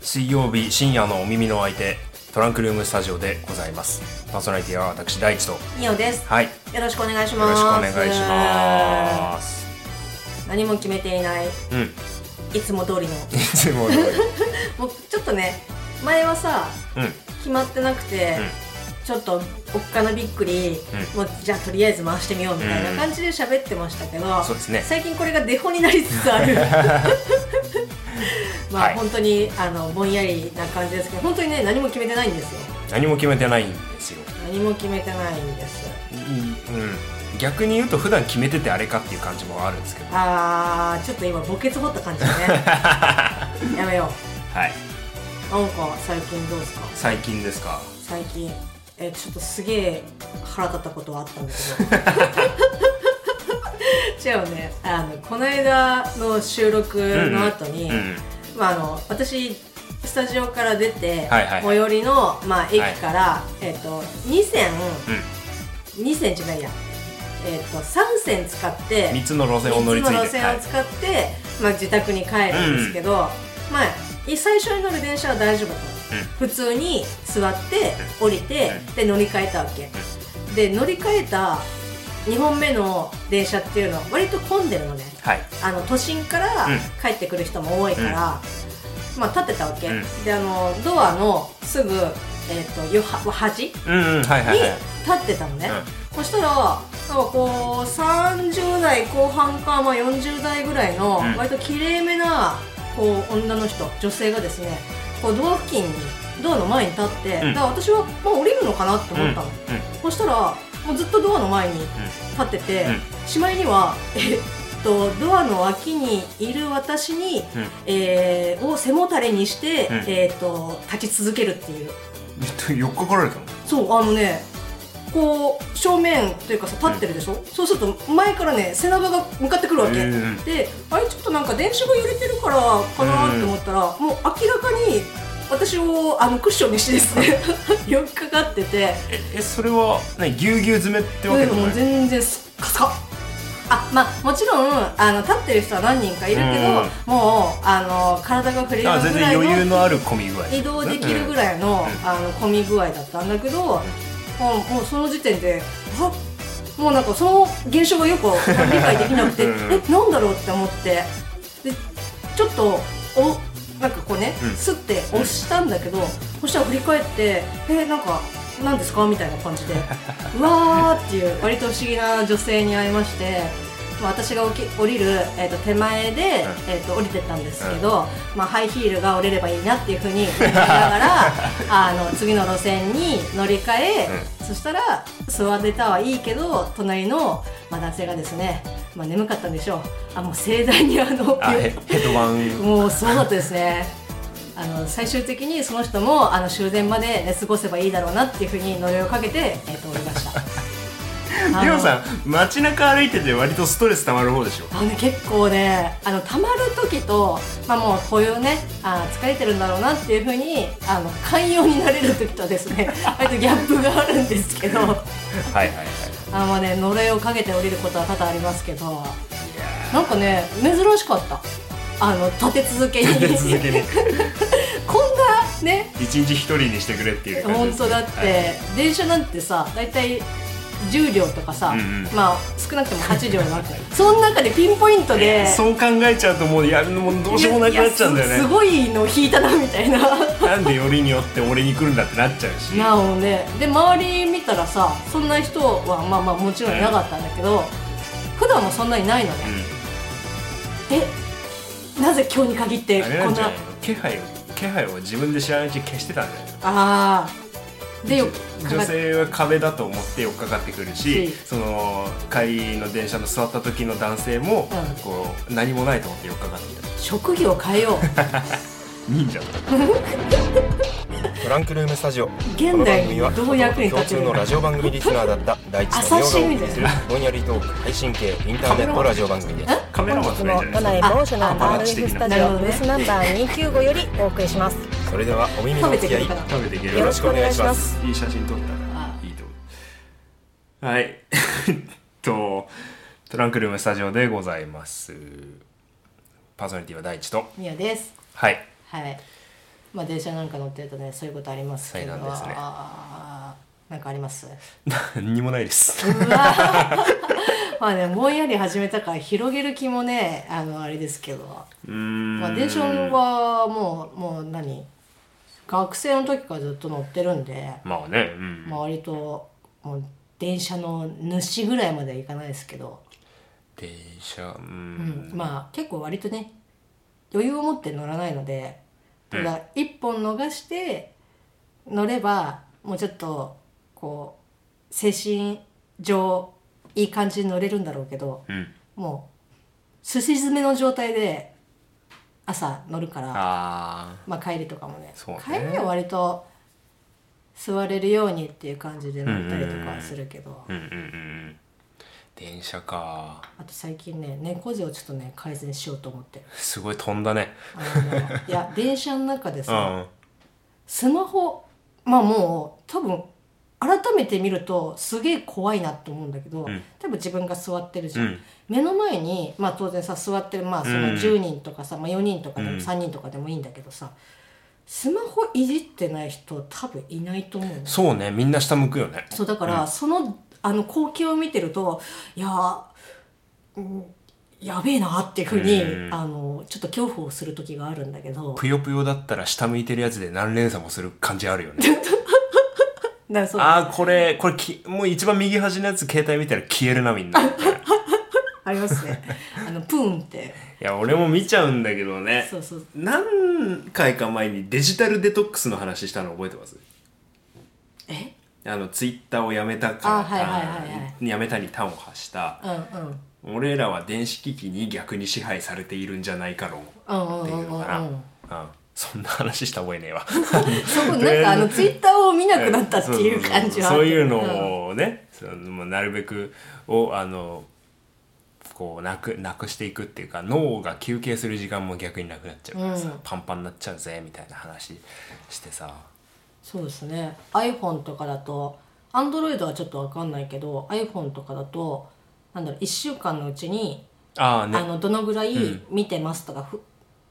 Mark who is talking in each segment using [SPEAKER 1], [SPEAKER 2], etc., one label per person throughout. [SPEAKER 1] 水曜日深夜のお耳の相手トランクルームスタジオでございますパーソナリティは私大地と
[SPEAKER 2] みおです。
[SPEAKER 1] はいよ
[SPEAKER 2] よろしくお願いしま
[SPEAKER 1] ろし
[SPEAKER 2] す。
[SPEAKER 1] くお願いします
[SPEAKER 2] す。何も決めていない。
[SPEAKER 1] うんい
[SPEAKER 2] いつも通りの。
[SPEAKER 1] つも通り
[SPEAKER 2] もうちょっとね、前はさ、
[SPEAKER 1] うん
[SPEAKER 2] 決まってなくて、ちょっとおっかなびっくり、もうじゃあとりあえず回してみようみたいな感じで喋ってましたけど、
[SPEAKER 1] そうですね
[SPEAKER 2] 最近これがデフォになりつつ あるまあ、
[SPEAKER 1] はい
[SPEAKER 2] 本当にあのぼんやりな感じですけど本当にね何も決めてないんですよ
[SPEAKER 1] 何も決めてないんですよ
[SPEAKER 2] 何も決めてないんです
[SPEAKER 1] うん逆に言うと普段決めててあれかっていう感じもあるんですけど
[SPEAKER 2] あーちょっと今墓穴掘った感じだ ねやめよ
[SPEAKER 1] はい。
[SPEAKER 2] うなんか最近どうですか
[SPEAKER 1] 最近ですか。
[SPEAKER 2] 最近えちょっとすげえ腹立ったことはあったんだ けど違うねあのこの間の収録の後に、
[SPEAKER 1] うん。
[SPEAKER 2] まあ、あの私スタジオから出て、
[SPEAKER 1] はいはい
[SPEAKER 2] 最寄りの、まあ、駅から、えっ、と2線
[SPEAKER 1] う
[SPEAKER 2] 2線じゃないや、えっと3線使って
[SPEAKER 1] ん。三つの路線を乗り継いで。
[SPEAKER 2] 三つの路線を使って、まあ、自宅に帰るんですけど、まあい最初に乗る電車は大丈夫だったの、普通に座って降りて、で乗り換えたわけ、で乗り換えた2本目の電車っていうのは割と混んでるのね
[SPEAKER 1] はい。はい。
[SPEAKER 2] あの都心から
[SPEAKER 1] うん
[SPEAKER 2] 帰ってくる人も多いから、まあ立ってたわけ、
[SPEAKER 1] うん
[SPEAKER 2] であのドアのすぐ、えー、とよは端に
[SPEAKER 1] うんうん。はいはいはい。
[SPEAKER 2] 立ってたのね、そしたらなんかこう30代後半か、まあ、40代ぐらいの
[SPEAKER 1] うん
[SPEAKER 2] 割ときれいめなこう女の人女性がですねこうドア付近にドアの前に立って、
[SPEAKER 1] うん
[SPEAKER 2] だから私はもう降りるのかなって
[SPEAKER 1] うん。う
[SPEAKER 2] 思
[SPEAKER 1] ん
[SPEAKER 2] ったの、そしたらもうずっとドアの前に立ってて、
[SPEAKER 1] う
[SPEAKER 2] しまいにはえっとドアの脇にいる私に、
[SPEAKER 1] ん。うん。
[SPEAKER 2] えーを背もたれにして、
[SPEAKER 1] うん
[SPEAKER 2] えっと立ち続けるっていう
[SPEAKER 1] うん。よっかかられたの。
[SPEAKER 2] そうあのねこう正面というかさ立ってるでしょ、そうすると前からね背中が向かってくるわけ、
[SPEAKER 1] うんうん
[SPEAKER 2] であれちょっとなんか電車が揺れてるからかなって思ったら、もう明らかに私をあのクッションにしてですね 寄っかかってて
[SPEAKER 1] え、え、それは、ね、ぎゅうぎゅう詰めってわけ
[SPEAKER 2] で
[SPEAKER 1] でも
[SPEAKER 2] もう
[SPEAKER 1] ない。うん。
[SPEAKER 2] 全然スッカスカあまあもちろんあの立ってる人は何人かいるけど、もうあの体が触れるぐら
[SPEAKER 1] あ、
[SPEAKER 2] いの
[SPEAKER 1] 全然余裕のある込み具合。
[SPEAKER 2] 移動できるぐ
[SPEAKER 1] い。
[SPEAKER 2] らいの,、
[SPEAKER 1] うん
[SPEAKER 2] あの混み具合だったんだけど、もうもうその時点であもうなんかその現象がよく理解できなくて、
[SPEAKER 1] うん
[SPEAKER 2] えなんだろうって思ってでちょっとおなんかこうね、
[SPEAKER 1] うん
[SPEAKER 2] すって押したんだけど、そしたら振り返って「えなんか何ですか?」みたいな 感じで「うわー」っていう割と不思議な女性に会いまして。まあ私がおき降りる、えー、と手前で、えー、と降りてったんですけど、まあ、ハイヒールが折れればいいなっていうふうに思いなが らあの次の路線に乗り換え、そしたら座ってたはいいけど隣の、まあ、男性がですね、まあ、眠かったんでしょうあもう盛大にあの
[SPEAKER 1] あ、ヘヘッドバン。
[SPEAKER 2] もうすごかったですね。あの最終的にその人もあの終電まで寝過ごせばいいだろうなっていうふうに呪いをかけて、えっと降りました。あの
[SPEAKER 1] りょうさん、街中歩いてて、割とストレス溜まる方でしょ
[SPEAKER 2] あのね、結構ねあの溜まる時と、まあ、もうこういうねあー疲れてるんだろうなっていうふうにあの寛容になれる時とですね 割とギャップがあるんですけど
[SPEAKER 1] はいはいはい。
[SPEAKER 2] あの、ね、呪いをかけて降りることは多々ありますけど
[SPEAKER 1] いや
[SPEAKER 2] なんかね珍しかったあの立て続けに
[SPEAKER 1] ー立て続けに。
[SPEAKER 2] こんなね
[SPEAKER 1] 一日一人にしてくれっていう感じ
[SPEAKER 2] 本
[SPEAKER 1] ですね。
[SPEAKER 2] 当だって、
[SPEAKER 1] はい。
[SPEAKER 2] 電車なんてさ大体10両とかさ、
[SPEAKER 1] うんうん
[SPEAKER 2] まあ少なくとも8両なわけ その中でピンポイントで、
[SPEAKER 1] そう考えちゃうと、もう、やるのもどうしようもなくなっちゃうんだよね。
[SPEAKER 2] いやすすごいの引いたなみたいな
[SPEAKER 1] なんでよりによって俺に来るんだってなっちゃうし。
[SPEAKER 2] なおねで周り見たらさそんな人はまあまあもちろんいなかったんだけど、普段もそんなにないのね、
[SPEAKER 1] う
[SPEAKER 2] えなぜ今日に限って
[SPEAKER 1] ん、あれな
[SPEAKER 2] こ
[SPEAKER 1] ん
[SPEAKER 2] ん
[SPEAKER 1] じゃ
[SPEAKER 2] な
[SPEAKER 1] ないの気配を気配を自分で知らないうちに消してたんじゃないの
[SPEAKER 2] ああでよかか
[SPEAKER 1] 女
[SPEAKER 2] っ
[SPEAKER 1] 性は壁だと思って追っかかってくるし、
[SPEAKER 2] うん
[SPEAKER 1] その帰りの電車の座った時の男性も、
[SPEAKER 2] うん
[SPEAKER 1] こう何もないと思って追っかかってきた
[SPEAKER 2] 職業変えよう
[SPEAKER 1] 忍者
[SPEAKER 3] トランクルームスタジオ
[SPEAKER 2] 現代にどう役に
[SPEAKER 3] この番組は
[SPEAKER 2] 立てる
[SPEAKER 3] 共通のラジオ番組リスナーだった大地とみおがお送りするぼんやりトーク配信系インターネットラジオ番組です
[SPEAKER 1] カメラ
[SPEAKER 4] 本
[SPEAKER 1] マン
[SPEAKER 4] 日
[SPEAKER 1] じゃないじゃ
[SPEAKER 4] も都
[SPEAKER 1] ない
[SPEAKER 4] 内某所
[SPEAKER 1] あ
[SPEAKER 4] の
[SPEAKER 1] パ
[SPEAKER 4] ア
[SPEAKER 1] パラ
[SPEAKER 4] ー
[SPEAKER 1] ッチ
[SPEAKER 4] チ
[SPEAKER 1] 的な
[SPEAKER 4] スタジオ
[SPEAKER 2] なるほどね
[SPEAKER 4] ブースナンバー295よりお送りします
[SPEAKER 3] それではお耳の
[SPEAKER 2] 食
[SPEAKER 3] お
[SPEAKER 2] べ
[SPEAKER 3] 付
[SPEAKER 2] て
[SPEAKER 3] き
[SPEAKER 2] く
[SPEAKER 3] 合い
[SPEAKER 2] るから
[SPEAKER 1] 食べていける
[SPEAKER 4] よ
[SPEAKER 1] よ
[SPEAKER 4] ろしくお願いします
[SPEAKER 1] いい写真撮ったからいいと思うはい えっとトランクルームスタジオでござい ますパーソナリティは第一と
[SPEAKER 2] みやです
[SPEAKER 1] はい
[SPEAKER 2] はいまあ電車なんか乗ってるとねそういうことありますけど
[SPEAKER 1] 災難ですね
[SPEAKER 2] あーなんかあります
[SPEAKER 1] 何にもないです
[SPEAKER 2] まあねぼんやり始めたから広げる気もねあのあれですけど、
[SPEAKER 1] うーん
[SPEAKER 2] まあ、電車はもうもう何学生の時からずっと乗ってるんで、
[SPEAKER 1] まあねうん、
[SPEAKER 2] まあ、割ともう電車の主ぐらいまではいかないですけど、
[SPEAKER 1] 電車う
[SPEAKER 2] うんん、まあ結構割とね余裕を持って乗らないのでただ一本逃して乗ればもうちょっとこう精神上いい感じに乗れるんだろうけど
[SPEAKER 1] うん
[SPEAKER 2] もうすし詰めの状態で朝乗るから
[SPEAKER 1] あ
[SPEAKER 2] まあ帰りとかもね
[SPEAKER 1] そうね
[SPEAKER 2] 帰りは割と座れるようにっていう感じで乗ったりとかはするけど、
[SPEAKER 1] あうんうんうん電車か
[SPEAKER 2] あと最近ね猫背をちょっとね改善しようと思ってる
[SPEAKER 1] すごい飛んだね
[SPEAKER 2] あのね いや電車の中で
[SPEAKER 1] う
[SPEAKER 2] さ、
[SPEAKER 1] ん
[SPEAKER 2] スマホまあもう多分改めて見るとすげえ怖いなと思うんだけ
[SPEAKER 1] う
[SPEAKER 2] ど、
[SPEAKER 1] ん
[SPEAKER 2] 多分自分が座ってるじ
[SPEAKER 1] う
[SPEAKER 2] ゃん、
[SPEAKER 1] ん
[SPEAKER 2] 目の前にまあ当然さ座ってるまあその
[SPEAKER 1] うん
[SPEAKER 2] 10人とかさ、まあ、4人とかでも
[SPEAKER 1] うん
[SPEAKER 2] 3人とかでもいいんだけどさスマホいじってない人多分いないと思うの
[SPEAKER 1] そうねみんな下向くよね
[SPEAKER 2] そうだから、そのあの光景を見てるといやー、うん、やべえなっていうふうに、
[SPEAKER 1] うん
[SPEAKER 2] あのちょっと恐怖をする時があるんだけど
[SPEAKER 1] ぷよぷよだったら下向いてるやつで何連鎖もする感じあるよね
[SPEAKER 2] だからそうあ
[SPEAKER 1] ああこれこれきもう一番右端のやつ携帯見たら消えるなみん ない
[SPEAKER 2] りますね あのプーンって
[SPEAKER 1] や俺も見ちゃうんだけどね
[SPEAKER 2] そうそう
[SPEAKER 1] 何回か前にデジタルデトックスの話したの覚えてます
[SPEAKER 2] え
[SPEAKER 1] あのツイッターをやめたから
[SPEAKER 2] あはいはいはいは
[SPEAKER 1] やめたに端を発した
[SPEAKER 2] うんうん
[SPEAKER 1] 俺らは電子機器に逆に支配されているんじゃないかろう
[SPEAKER 2] うんう
[SPEAKER 1] っ
[SPEAKER 2] ん
[SPEAKER 1] て
[SPEAKER 2] う
[SPEAKER 1] いうん
[SPEAKER 2] う
[SPEAKER 1] の
[SPEAKER 2] ん
[SPEAKER 1] か
[SPEAKER 2] う
[SPEAKER 1] な、
[SPEAKER 2] ん
[SPEAKER 1] うんそんな話した覚えね えわ
[SPEAKER 2] そこなんかあのツイッターを見なくなったっていう感じはあ
[SPEAKER 1] そうそうそうそういう
[SPEAKER 2] を
[SPEAKER 1] のをね、そのまあなるべくをあのこうなくなくしていくっていうか脳が休憩する時間も逆になくなっちゃうからさ、
[SPEAKER 2] うん
[SPEAKER 1] パンパンになっちゃうぜみたいな話してさ
[SPEAKER 2] そうですね iPhone とかだと Android はちょっとわかんないけど iPhone とかだとなんだろう1週間のうちに
[SPEAKER 1] ああね
[SPEAKER 2] あのどのぐらい見てますとか、ふ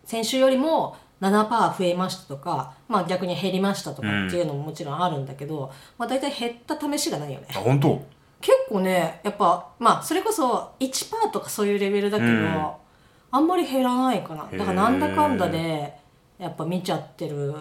[SPEAKER 2] 先週よりも7%増えましたとか、まあ、逆に減りましたとかっていうのももちろんあるんだけど、まあ、大体減った試しがないよね
[SPEAKER 1] あ本当
[SPEAKER 2] 結構ねやっぱまあそれこそ1%とかそういうレベルだけど、
[SPEAKER 1] うん
[SPEAKER 2] あんまり減らないかなだからなんだかんだ
[SPEAKER 1] へ
[SPEAKER 2] でやっぱ見ちゃってる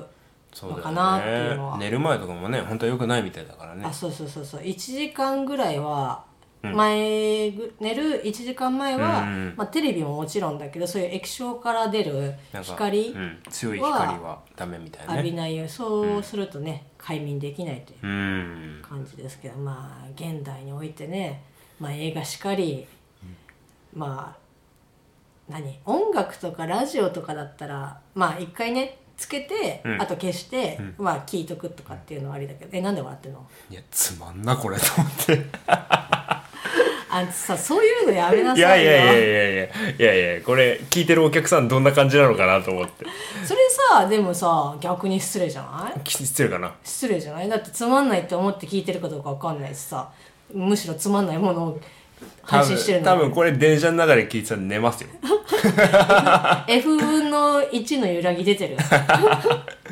[SPEAKER 1] そうだよ
[SPEAKER 2] のかなっていうのは
[SPEAKER 1] ね、寝る前とかもね本当は良くないみたいだからね
[SPEAKER 2] あそうそうそうそう1時間ぐらいは前ぐ、寝る1時間前は、
[SPEAKER 1] うんうん
[SPEAKER 2] まあ、テレビももちろんだけどそういう液晶から出る
[SPEAKER 1] なんか
[SPEAKER 2] 光
[SPEAKER 1] うん、強い光はダメみたい
[SPEAKER 2] 浴
[SPEAKER 1] な
[SPEAKER 2] び
[SPEAKER 1] ね
[SPEAKER 2] ないようにそうするとね、快眠できないという
[SPEAKER 1] うん
[SPEAKER 2] 感じですけどまあ現代においてね、まあ、映画しかり、まあ何音楽とかラジオとかだったらまあ一回ねつけて、
[SPEAKER 1] うん
[SPEAKER 2] あと消して、まあ聞いとくとかっていうのはありだけどえなんで笑ってんの
[SPEAKER 1] いやつまんなこれと思って
[SPEAKER 2] あんたさそういうのやめなさい
[SPEAKER 1] い
[SPEAKER 2] よ
[SPEAKER 1] やいやいやいやいやいやいやこれ聞いてるお客さんどんな感じなのかなと思って
[SPEAKER 2] それさでもさ逆に失礼じゃない
[SPEAKER 1] き失礼かな
[SPEAKER 2] 失礼じゃないだってつまんないって思って聞いてるかどうかわかんないしさむしろつまんないものを
[SPEAKER 1] 多
[SPEAKER 2] 配信してる
[SPEAKER 1] 分
[SPEAKER 2] の
[SPEAKER 1] 多分これ電車の中で聞いてたら寝ます よ
[SPEAKER 2] F 分の1の揺らぎ 出てる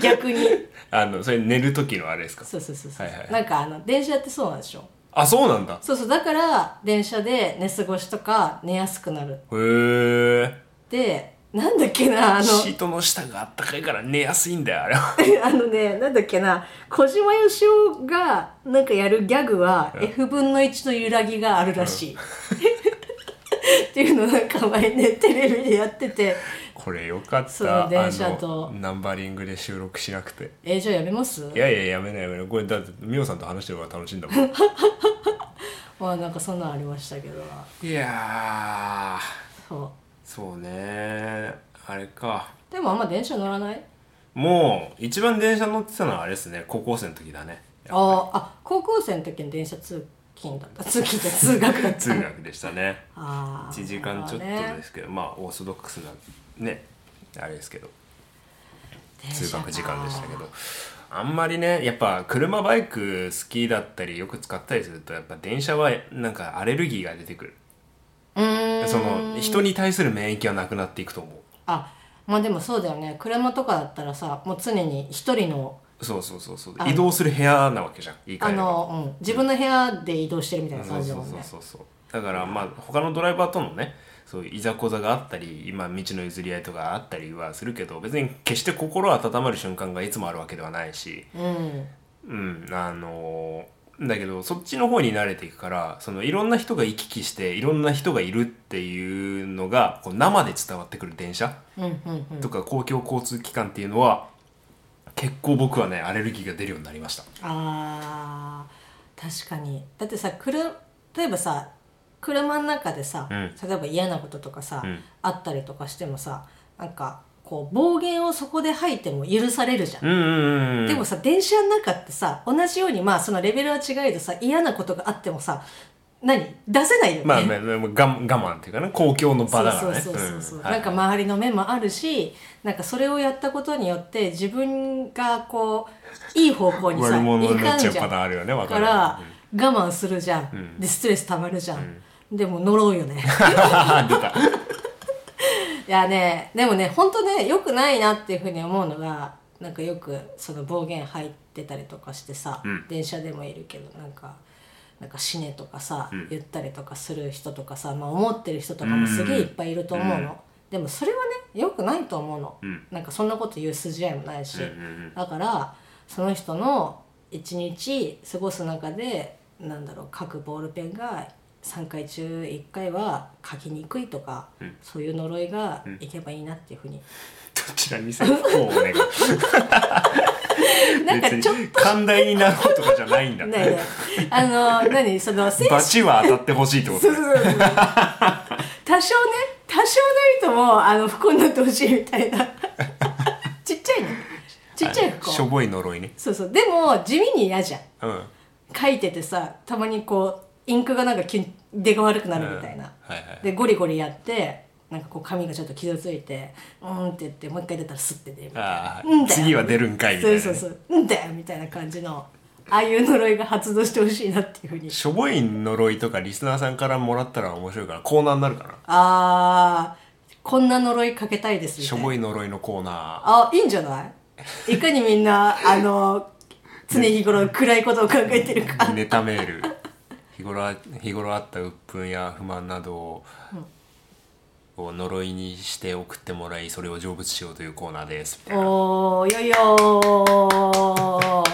[SPEAKER 2] 逆に
[SPEAKER 1] あのそれ寝る時のあれですか
[SPEAKER 2] そうそうそうそう、
[SPEAKER 1] はいはい
[SPEAKER 2] なんかあの電車ってそうなんでしょ
[SPEAKER 1] あそうなんだへ
[SPEAKER 2] そうそうだから電車で寝過ごしとか寝やすくなる
[SPEAKER 1] え
[SPEAKER 2] でなんだっけなあの
[SPEAKER 1] シートの下があったかいから寝やすいんだよあれ は
[SPEAKER 2] あのねなんだっけな小島よしおがなんかやるギャグは F 分の1の揺らぎがあるらしい、 っていうのをなんか前ねテレビでやってて
[SPEAKER 1] これよかった
[SPEAKER 2] その電車と
[SPEAKER 1] あのナンバリングで収録しなくて
[SPEAKER 2] えじゃあやめます
[SPEAKER 1] いやいややめないやめないこれだってミオさんと話してるから楽しいんだもん
[SPEAKER 2] まあなんかそんなんありましたけど
[SPEAKER 1] いや
[SPEAKER 2] そう
[SPEAKER 1] そうねあれか
[SPEAKER 2] でもあんま電車乗らない
[SPEAKER 1] もう一番電車乗ってたのはあれですね高校生の時だね
[SPEAKER 2] あーあ高校生の時に電車通勤だった通勤って通学だった
[SPEAKER 1] 通学でしたね
[SPEAKER 2] あー
[SPEAKER 1] 1時間ちょっと
[SPEAKER 2] なるほど
[SPEAKER 1] で
[SPEAKER 2] ね
[SPEAKER 1] すけど、まあオーソドックスなねあれですけど
[SPEAKER 2] 電車
[SPEAKER 1] 通
[SPEAKER 2] か
[SPEAKER 1] 学時間でしたけどあんまりねやっぱ車バイク好きだったりよく使ったりするとやっぱ電車はなんかアレルギーが出てくる
[SPEAKER 2] うーん
[SPEAKER 1] その人に対する免疫はなくなっていくと思う
[SPEAKER 2] あまあでもそうだよね車とかだったらさもう常に一人の
[SPEAKER 1] そうそうそうそう
[SPEAKER 2] あの
[SPEAKER 1] 移動する部屋なわけじゃん言い換え
[SPEAKER 2] あ
[SPEAKER 1] れば
[SPEAKER 2] の、うん、自分の部屋で移動してるみたいな
[SPEAKER 1] そ
[SPEAKER 2] 感
[SPEAKER 1] う
[SPEAKER 2] じだ
[SPEAKER 1] そ
[SPEAKER 2] も
[SPEAKER 1] うんそう
[SPEAKER 2] ね
[SPEAKER 1] そうそうだからまあ他のドライバーとのねそういういざこざがあったり今道の譲り合いとかあったりはするけど別に決して心温まる瞬間がいつもあるわけではないし
[SPEAKER 2] うん
[SPEAKER 1] うんあのーだけどそっちの方に慣れていくからそのいろんな人が行き来していろんな人がいるっていうのがこう生で伝わってくる電車
[SPEAKER 2] うんうんうん
[SPEAKER 1] とか公共交通機関っていうのは結構僕はねアレルギーが出るようになりました。
[SPEAKER 2] あー確かにだってさくる例えばさ車の中でさ、
[SPEAKER 1] うん
[SPEAKER 2] 例えば嫌なこととかさ、
[SPEAKER 1] うん
[SPEAKER 2] あったりとかしてもさなんかこう暴言をそこで吐いても許されるじゃん
[SPEAKER 1] うんうんうん、
[SPEAKER 2] でもさ電車の中ってさ同じようにまあそのレベルは違えどさ嫌なことがあってもさ何出せないよね、
[SPEAKER 1] まあ、まあまあ我慢我慢っていうかね公共の場だからね。
[SPEAKER 2] そうそうそうそう、
[SPEAKER 1] うん
[SPEAKER 2] なんか
[SPEAKER 1] はい
[SPEAKER 2] 周りの目もあるしなんかそれをやったことによって自分がこういい方向にさ
[SPEAKER 1] 悪者
[SPEAKER 2] い
[SPEAKER 1] にな
[SPEAKER 2] か
[SPEAKER 1] っ
[SPEAKER 2] ん
[SPEAKER 1] ち
[SPEAKER 2] じ
[SPEAKER 1] ゃうパターン
[SPEAKER 2] ゃ
[SPEAKER 1] あ
[SPEAKER 2] ん
[SPEAKER 1] るよね
[SPEAKER 2] だ
[SPEAKER 1] 分
[SPEAKER 2] か
[SPEAKER 1] からら。
[SPEAKER 2] 我慢するじゃん、
[SPEAKER 1] ん
[SPEAKER 2] でストレス溜まるじゃん、でも呪うよ ね
[SPEAKER 1] 出た。
[SPEAKER 2] いやねでもね本当ねよくないなっていうふうに思うのがなんかよくその暴言入ってたりとかしてさ、
[SPEAKER 1] うん
[SPEAKER 2] 電車でもいるけどなんか。なんか死ねとかさ、
[SPEAKER 1] ん
[SPEAKER 2] 言ったりとかする人とかさ、まあ、思ってる人とかもすげえいっぱいいると思う
[SPEAKER 1] う
[SPEAKER 2] の、
[SPEAKER 1] ん
[SPEAKER 2] でもそれはねよくないと思うの、
[SPEAKER 1] うん
[SPEAKER 2] なんかそんなこと言う筋合いもないし、
[SPEAKER 1] うんうんうん
[SPEAKER 2] だからその人の一日過ごす中でなんだろう各ボールペンが3回中1回は書きにくいとか、
[SPEAKER 1] うん
[SPEAKER 2] そういう呪いがいけばいいなっていうふうに、
[SPEAKER 1] どちらにせよ不幸を願う。
[SPEAKER 2] なんかちょっ
[SPEAKER 1] 別に寛大になろうとかじゃないんだ。
[SPEAKER 2] とねえねえあの何その精神
[SPEAKER 1] バチは当たってほしいってこと
[SPEAKER 2] そう
[SPEAKER 1] ね
[SPEAKER 2] そうそうそう多少ね多少なりともあの不幸になってほしいみ たいなちっちゃいねちっちゃい不
[SPEAKER 1] しょ
[SPEAKER 2] 幸
[SPEAKER 1] ぼい呪いね。
[SPEAKER 2] そうそうでも地味に嫌じゃん
[SPEAKER 1] うん。
[SPEAKER 2] 書いててさたまにこうインクがなんか急に出が悪くなるみた
[SPEAKER 1] う
[SPEAKER 2] いな、
[SPEAKER 1] んはいはい
[SPEAKER 2] でゴリゴリやってなんかこう紙がちょっと傷ついて「うーん」って言ってもう一回出たらスッて出るみたい
[SPEAKER 1] あ
[SPEAKER 2] な
[SPEAKER 1] あ
[SPEAKER 2] 「うんだよ」
[SPEAKER 1] 次は出るんかいみたいなね
[SPEAKER 2] そうそうそう「うんだよ」みたいな感じのああいう呪いが発動してほしいなっていうふうに
[SPEAKER 1] しょぼい呪いとかリスナーさんからもらったら面白いからコーナーになるかな。
[SPEAKER 2] あーこんな呪いかけたいですみ
[SPEAKER 1] したょ
[SPEAKER 2] いな
[SPEAKER 1] ぼい呪いのコーナ
[SPEAKER 2] あいいんじゃないいかにみんなあの常日頃暗いことを考えてるか
[SPEAKER 1] ー。ネタメール。日頃あ日頃あった鬱憤や不満などを。を呪いにして送ってもらいそれを成仏しようというコーナーですみたいな
[SPEAKER 2] おーよいよー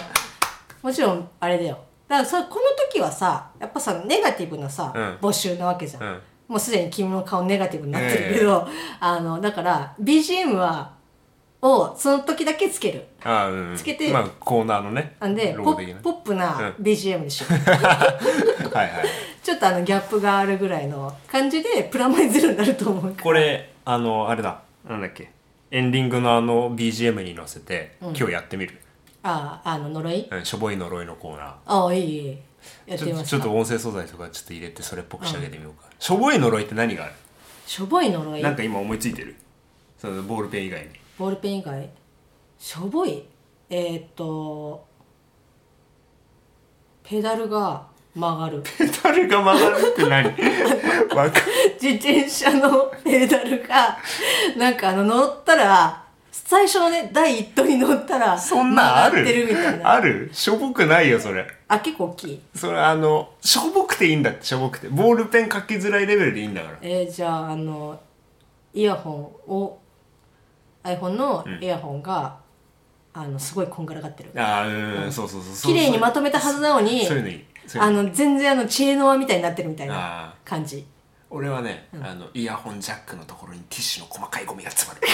[SPEAKER 2] もちろんあれだよだからさこの時はさやっぱさネガティブなさ、
[SPEAKER 1] う
[SPEAKER 2] 募集なわけじゃん、
[SPEAKER 1] うん
[SPEAKER 2] もうすでに君の顔ネガティブになってるけど、あのだから BGM はをその時だけつける
[SPEAKER 1] あー、うん、
[SPEAKER 2] つけて
[SPEAKER 1] まあ、コーナーのね
[SPEAKER 2] なんで
[SPEAKER 1] ロ
[SPEAKER 2] ポ
[SPEAKER 1] ゴ的な
[SPEAKER 2] ポップな
[SPEAKER 1] う
[SPEAKER 2] BGM でしょ、
[SPEAKER 1] はいはい
[SPEAKER 2] ちょっとあのギャップがあるぐらいの感じでプラマイゼロになると思うから
[SPEAKER 1] これあのあれだなんだっけエンディングのあの BGM に載せて、今日やってみる、
[SPEAKER 2] あああの呪い
[SPEAKER 1] うん、しょぼい呪いのコーナ
[SPEAKER 2] ああいいいい
[SPEAKER 1] ー
[SPEAKER 2] やっ
[SPEAKER 1] ち
[SPEAKER 2] てみ
[SPEAKER 1] ょっと
[SPEAKER 2] ま
[SPEAKER 1] ち
[SPEAKER 2] す
[SPEAKER 1] ょっ
[SPEAKER 2] か
[SPEAKER 1] と音声素材とかちょっと入れてそれっぽく仕上げてみようか、しょぼい呪いって何がある
[SPEAKER 2] しょぼい呪い
[SPEAKER 1] なんか今思いついてるそのボールペン以外に
[SPEAKER 2] ボールペン以外しょぼいえー、っとペダルが曲がる
[SPEAKER 1] ペ ダルが曲がるって何 わか
[SPEAKER 2] 自転車のペダルがなんかあの乗ったら最初のね第一頭に乗ったら
[SPEAKER 1] そんなんあ
[SPEAKER 2] 曲が
[SPEAKER 1] る
[SPEAKER 2] ってるみたいな
[SPEAKER 1] あるしょぼくないよそれ
[SPEAKER 2] あ結構大きい
[SPEAKER 1] それあのしょぼくていいんだってしょぼくてボールペン書きづらいレベルでいいんだから
[SPEAKER 2] えー、じゃああのイヤホンを iPhone のイヤホンが、あのすごいこんがらがってる
[SPEAKER 1] ああうん、そうそうそうそう
[SPEAKER 2] 綺麗にまとめたはずなのに
[SPEAKER 1] そういうのいいそういう
[SPEAKER 2] あ
[SPEAKER 1] のいい
[SPEAKER 2] の全然あの知恵の輪みたいになってるみたい
[SPEAKER 1] あ
[SPEAKER 2] な感じ
[SPEAKER 1] 俺はね、あのイヤホンジャックのところにティッシュの細かいゴミが詰ま る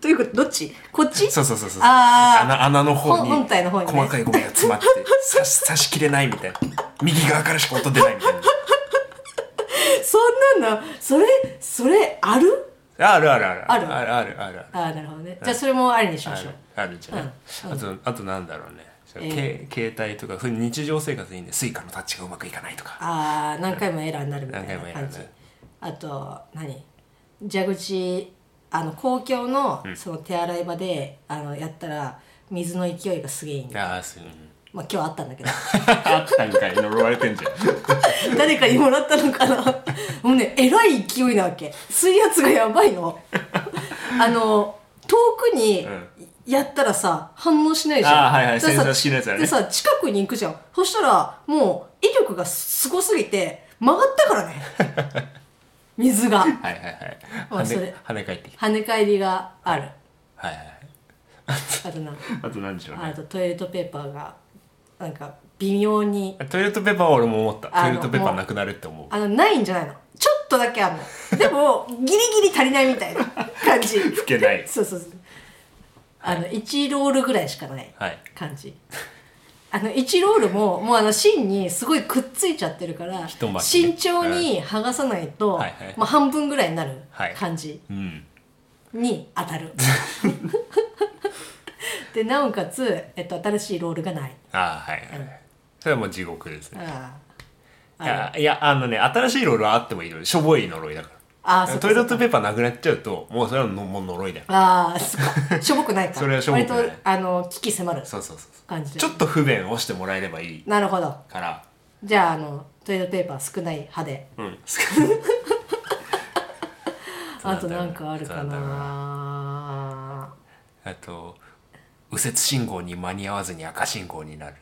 [SPEAKER 2] ということどっちこっち
[SPEAKER 1] そうそうそうそう
[SPEAKER 2] あー
[SPEAKER 1] 穴穴の方に
[SPEAKER 2] 本本体の方にね
[SPEAKER 1] 細かいゴミが詰まっ て刺し刺しきれないみたいな右側からしか音出ないみたい
[SPEAKER 2] そんなのそれそれある
[SPEAKER 1] なあるあるある
[SPEAKER 2] あ
[SPEAKER 1] ある
[SPEAKER 2] る
[SPEAKER 1] あるあるある
[SPEAKER 2] ああなるほどねじゃあそれもありにしま
[SPEAKER 1] あ
[SPEAKER 2] しょ
[SPEAKER 1] る
[SPEAKER 2] う
[SPEAKER 1] あるじゃん、
[SPEAKER 2] うん
[SPEAKER 1] あとあとなんだろうね、
[SPEAKER 2] え
[SPEAKER 1] け携帯とかふ日常生活にねスイカのタッチがうまくいかないとか
[SPEAKER 2] ああ何回もエラーになるみたい
[SPEAKER 1] 何回
[SPEAKER 2] な
[SPEAKER 1] もエラー
[SPEAKER 2] 感
[SPEAKER 1] に
[SPEAKER 2] じ
[SPEAKER 1] なる
[SPEAKER 2] あと何蛇口あの公共のその手洗い場で、あのやったら水の勢いがすげえいいんだ
[SPEAKER 1] ああそういうの
[SPEAKER 2] まあ今日あったんだけど
[SPEAKER 1] あったんかい呪われて んじゃん
[SPEAKER 2] 誰かにも ら ったのかなもうねえらい勢いなわけ水圧がやばいのあの遠くに
[SPEAKER 1] うん
[SPEAKER 2] やったらさ反応しないじゃん
[SPEAKER 1] あーはいはい
[SPEAKER 2] でさ
[SPEAKER 1] センサー式のやつだね
[SPEAKER 2] でさ近くに行くじゃんそしたらもう威力がすごすぎて曲がったからね 水が
[SPEAKER 1] はいはい
[SPEAKER 2] あ
[SPEAKER 1] はい
[SPEAKER 2] それ
[SPEAKER 1] 跳ね跳ね返ってきて
[SPEAKER 2] 跳ね返りがある
[SPEAKER 1] はいはいはい
[SPEAKER 2] あとな
[SPEAKER 1] あと何でしょう
[SPEAKER 2] あ
[SPEAKER 1] ね
[SPEAKER 2] とトイレットペーパーがなんか微妙に
[SPEAKER 1] トイレットペーパーは俺も思った
[SPEAKER 2] あ
[SPEAKER 1] トイレ
[SPEAKER 2] の
[SPEAKER 1] ットペーパーなくなるって思う
[SPEAKER 2] あのないんじゃないのちょっとだけあるのでもギリギリ足りないみたいな感じ
[SPEAKER 1] 拭けない
[SPEAKER 2] そうそうそうあの1ロールぐらいしかない
[SPEAKER 1] はい
[SPEAKER 2] 感じ、あの1ロールももうあの芯にすごいくっついちゃってるから、
[SPEAKER 1] 一巻きね
[SPEAKER 2] 慎重に剥がさないと、
[SPEAKER 1] はいはい
[SPEAKER 2] まあ、半分ぐらいになる
[SPEAKER 1] はい
[SPEAKER 2] 感じ
[SPEAKER 1] うん
[SPEAKER 2] に当 たる、でなおかつ、えっと、新しいロールがない
[SPEAKER 1] ああはいはい、それはもう地獄ですね
[SPEAKER 2] ああ
[SPEAKER 1] い
[SPEAKER 2] あの
[SPEAKER 1] やいやあのね新しい呪いはあってもいいのにしょぼい呪いだから
[SPEAKER 2] あーそっか
[SPEAKER 1] トイレットペーパーなくなっちゃうともうそれはのもう呪いだよ
[SPEAKER 2] ああそっかしょぼくないか
[SPEAKER 1] それはしょぼくない
[SPEAKER 2] 割とあの危機迫る
[SPEAKER 1] そうそうそうそ
[SPEAKER 2] 感じ
[SPEAKER 1] う
[SPEAKER 2] で
[SPEAKER 1] ちょっと不便をしてもらえればいい
[SPEAKER 2] なるほど
[SPEAKER 1] から
[SPEAKER 2] じゃああのトイレットペーパー少ない派で
[SPEAKER 1] うん
[SPEAKER 2] あとなんかあるか
[SPEAKER 1] そうだった
[SPEAKER 2] な
[SPEAKER 1] あと右折信号に間に合わずに赤信号になる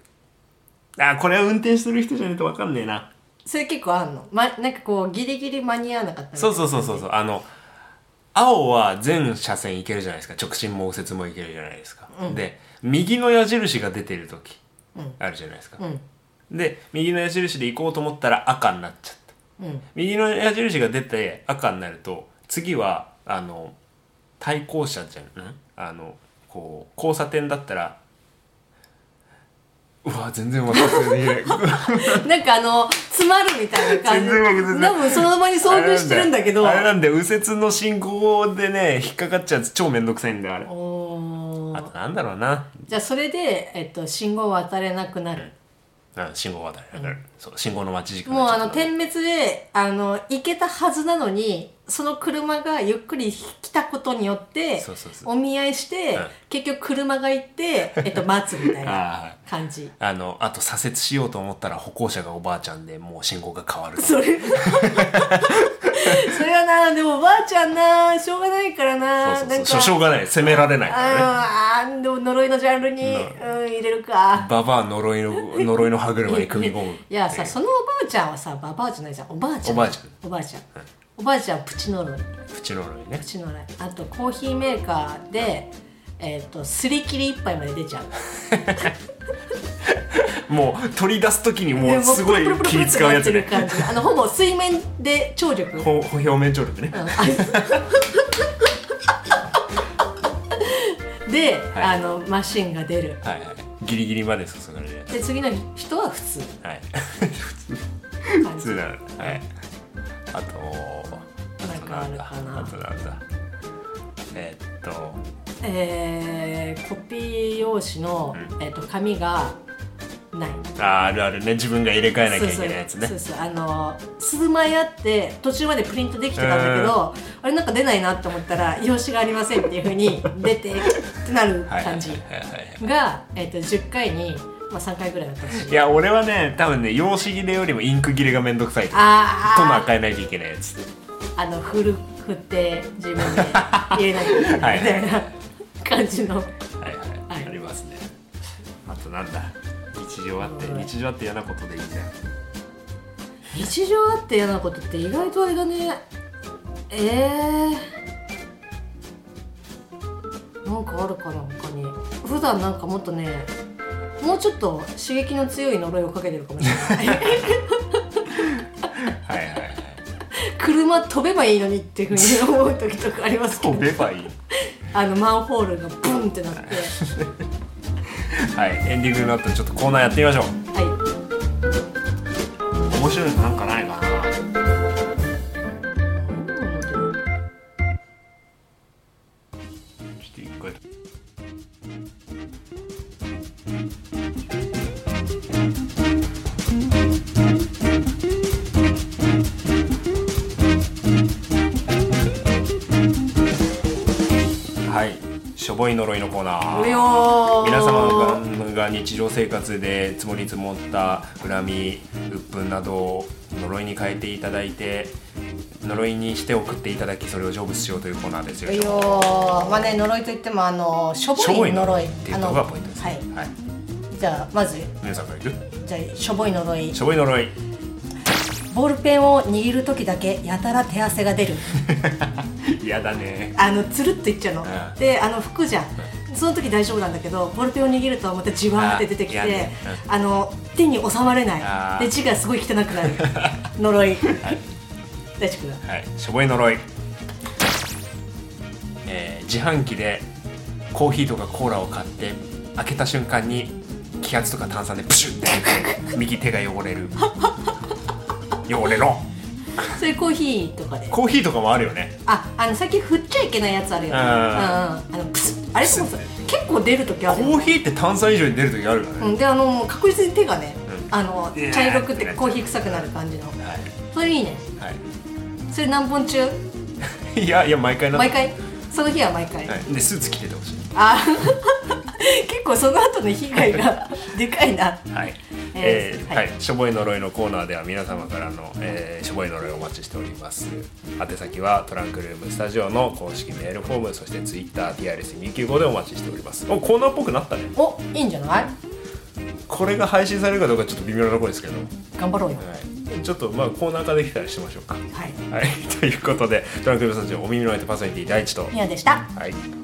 [SPEAKER 1] あーこれは運転してる人じゃないと分かんねえな
[SPEAKER 2] それ結構あんの、ま、なんかこうギリギリ間に合わなかったみたい
[SPEAKER 1] そ
[SPEAKER 2] な
[SPEAKER 1] うそうそうそうそうあの青は全車線行けるじゃないですか直進も右折も行けるじゃないですか、で右の矢印が出てる時、あるじゃないですか、で右の矢印で行こうと思ったら赤になっちゃった
[SPEAKER 2] うん
[SPEAKER 1] 右の矢印が出て赤になると次はあの対向車じゃんんあのこう交差点だったらうわ全然分かってない
[SPEAKER 2] なんかあの詰まるみたいな感じ
[SPEAKER 1] 全然うまく出てない
[SPEAKER 2] 多分その場に遭遇してるんだけど
[SPEAKER 1] あれなんで右折の信号でね引っかかっちゃうやつ超めんどくさいんだよあれ
[SPEAKER 2] お
[SPEAKER 1] あ
[SPEAKER 2] ー
[SPEAKER 1] となんだろうな、
[SPEAKER 2] じゃあそれで、えっと、信号渡れなくなる、
[SPEAKER 1] うん、信号渡りだから、そう信号の待ち時間
[SPEAKER 2] もう
[SPEAKER 1] ち
[SPEAKER 2] あ
[SPEAKER 1] ょ
[SPEAKER 2] の
[SPEAKER 1] っと長い
[SPEAKER 2] 点滅であの行けたはずなのにその車がゆっくり来たことによって
[SPEAKER 1] そうそうそう
[SPEAKER 2] お見合いして、
[SPEAKER 1] うん
[SPEAKER 2] 結局車が 行って、えっと、待つみたい
[SPEAKER 1] あーは
[SPEAKER 2] ない感じ
[SPEAKER 1] あのあと左折しようと思ったら歩行者がおばあちゃんでもう信号が変わる
[SPEAKER 2] それ それはなでもおばあちゃんなしょうがないからな
[SPEAKER 1] そうそうそう
[SPEAKER 2] なんか
[SPEAKER 1] しょうがない責められないからね
[SPEAKER 2] あーでも呪いのジャンルに、うん、入れるか
[SPEAKER 1] ババア呪いの呪いの歯車に組み込む
[SPEAKER 2] いやさそのおばあちゃんはさババアじゃないじゃんおばあちゃん
[SPEAKER 1] おばあちゃん
[SPEAKER 2] おばあちゃんおばあちゃんプチ呪い
[SPEAKER 1] プチ呪いね
[SPEAKER 2] 口のないあとコーヒーメーカーで、えー、とすり切り一杯まで出ちゃう
[SPEAKER 1] もう取り出す時にもうすごい
[SPEAKER 2] でもうプル
[SPEAKER 1] 気
[SPEAKER 2] プルプルプル
[SPEAKER 1] 使うやつね
[SPEAKER 2] ってなってる感じあのほぼ水面で聴力
[SPEAKER 1] ほ表面張力ね
[SPEAKER 2] で、
[SPEAKER 1] はい
[SPEAKER 2] あのマシンが出る
[SPEAKER 1] はいはいギリギリまで注がれるや
[SPEAKER 2] で次の人は普通
[SPEAKER 1] つはい
[SPEAKER 2] 感
[SPEAKER 1] 普
[SPEAKER 2] じ
[SPEAKER 1] 通なのはいあとあとなんだ
[SPEAKER 2] なんかあるかな
[SPEAKER 1] あとなんだえーっと
[SPEAKER 2] えーコピー用紙の、えー、と紙がない
[SPEAKER 1] あーあるあるね自分が入れ替えなきゃいけないやつね
[SPEAKER 2] そうそうそうそうあの数枚あって途中までプリントできてたんだけどあれなんか出ないなと思ったら用紙がありませんっていうふうに出てってなる
[SPEAKER 1] はいはい
[SPEAKER 2] 感じ
[SPEAKER 1] はいはい
[SPEAKER 2] が、えっと10回に、まあ、3回ぐらいだったし
[SPEAKER 1] いや俺はね多分ね用紙切れよりもインク切れがめんどくさいと思う
[SPEAKER 2] あ
[SPEAKER 1] トナー
[SPEAKER 2] あ
[SPEAKER 1] 変えないといけないやつ
[SPEAKER 2] あの振る振って自分で入 れなきゃいけないみたいな感じの
[SPEAKER 1] はいはい、
[SPEAKER 2] はい
[SPEAKER 1] ありますねあとなんだ日常あって日常あって嫌なことでいいんだよ
[SPEAKER 2] 日常あって嫌なことって意外とあれだねえー、なんかあるかな他に普段なんかもっとねもうちょっと刺激の強い呪いをかけてるかもし れない
[SPEAKER 1] はいはいはい
[SPEAKER 2] 車飛べばいいのにっていうふうに思う時とかありますけ
[SPEAKER 1] 飛
[SPEAKER 2] ど
[SPEAKER 1] べばいい
[SPEAKER 2] あのマンホールがブンってなっては
[SPEAKER 1] はいエンディングになったらちょっとコーナーやってみましょう
[SPEAKER 2] い
[SPEAKER 1] 面白いのなんかないかなちょっと一回はいしょぼい呪いのコーナー
[SPEAKER 2] およー
[SPEAKER 1] 皆様が日常生活で積もり積もった恨み鬱憤などを呪いに変えていただいて呪いにして送っていただきそれを成仏しようというコーナーですよ
[SPEAKER 2] いいよーまあね呪いといってもあのしょぼい
[SPEAKER 1] しょぼい
[SPEAKER 2] 呪
[SPEAKER 1] 呪
[SPEAKER 2] い
[SPEAKER 1] いってい
[SPEAKER 2] あ
[SPEAKER 1] う
[SPEAKER 2] の
[SPEAKER 1] のがポイントです
[SPEAKER 2] はい
[SPEAKER 1] はい
[SPEAKER 2] じゃあまず
[SPEAKER 1] 皆さんからいく
[SPEAKER 2] じゃあしょぼい呪い
[SPEAKER 1] しょぼい呪い
[SPEAKER 2] ボールペンを握る時だけやたら手汗が 出る
[SPEAKER 1] 嫌だね
[SPEAKER 2] あのつるっといっちゃうの、
[SPEAKER 1] うん
[SPEAKER 2] であの服じゃんその時大丈夫なんだけどボールペンを握るとまたじわーって出てきて
[SPEAKER 1] あ
[SPEAKER 2] あ、
[SPEAKER 1] いやね
[SPEAKER 2] の手に収まれな
[SPEAKER 1] あー
[SPEAKER 2] いで字がすごい汚くなる 呪い大地君
[SPEAKER 1] はいしょぼい呪いえー自販機でコーヒーとかコーラを買って開けた瞬間に気圧とか炭酸でプシュって出て右手が汚れる汚れろ
[SPEAKER 2] それコーヒーとかで
[SPEAKER 1] コーヒーとかもあるよね
[SPEAKER 2] ああの最近振っちゃいけないやつあるよね
[SPEAKER 1] う
[SPEAKER 2] うんんうんあのプスッあれそうそう結構出る時あ
[SPEAKER 1] コ
[SPEAKER 2] るよ
[SPEAKER 1] ーヒーって炭酸以上に出るときあるよね、
[SPEAKER 2] うん、であのもう確実に手がね、
[SPEAKER 1] う
[SPEAKER 2] あの
[SPEAKER 1] いやー
[SPEAKER 2] 茶色くてコーヒー臭くなる感じの
[SPEAKER 1] は
[SPEAKER 2] それいいね
[SPEAKER 1] い、は
[SPEAKER 2] それ何本中
[SPEAKER 1] い、いやいや毎回な
[SPEAKER 2] 毎回その日は毎回、
[SPEAKER 1] はい、でスーツ着ててほし
[SPEAKER 2] あー 結構その後の被害が でかいない
[SPEAKER 1] はい
[SPEAKER 2] え
[SPEAKER 1] え
[SPEAKER 2] ー
[SPEAKER 1] ーは
[SPEAKER 2] は
[SPEAKER 1] いい、しょぼい呪いのコーナーでは皆様からの、えーしょぼい呪いをお待ちしております宛先はトランクルームスタジオの公式メールフォームそして TwitterTRS295 でお待ちしておりますおコーナーっぽくなったね
[SPEAKER 2] おいいんじゃない
[SPEAKER 1] これが配信されるかどうかちょっと微妙なところですけど、は
[SPEAKER 2] 頑張ろうよ
[SPEAKER 1] い、ちょっとまあコーナー化できたらしましょうか
[SPEAKER 2] はい
[SPEAKER 1] はい、ということでトランクルームスタジオお耳の相手パーソナリティ第一と
[SPEAKER 2] みやでした
[SPEAKER 1] はい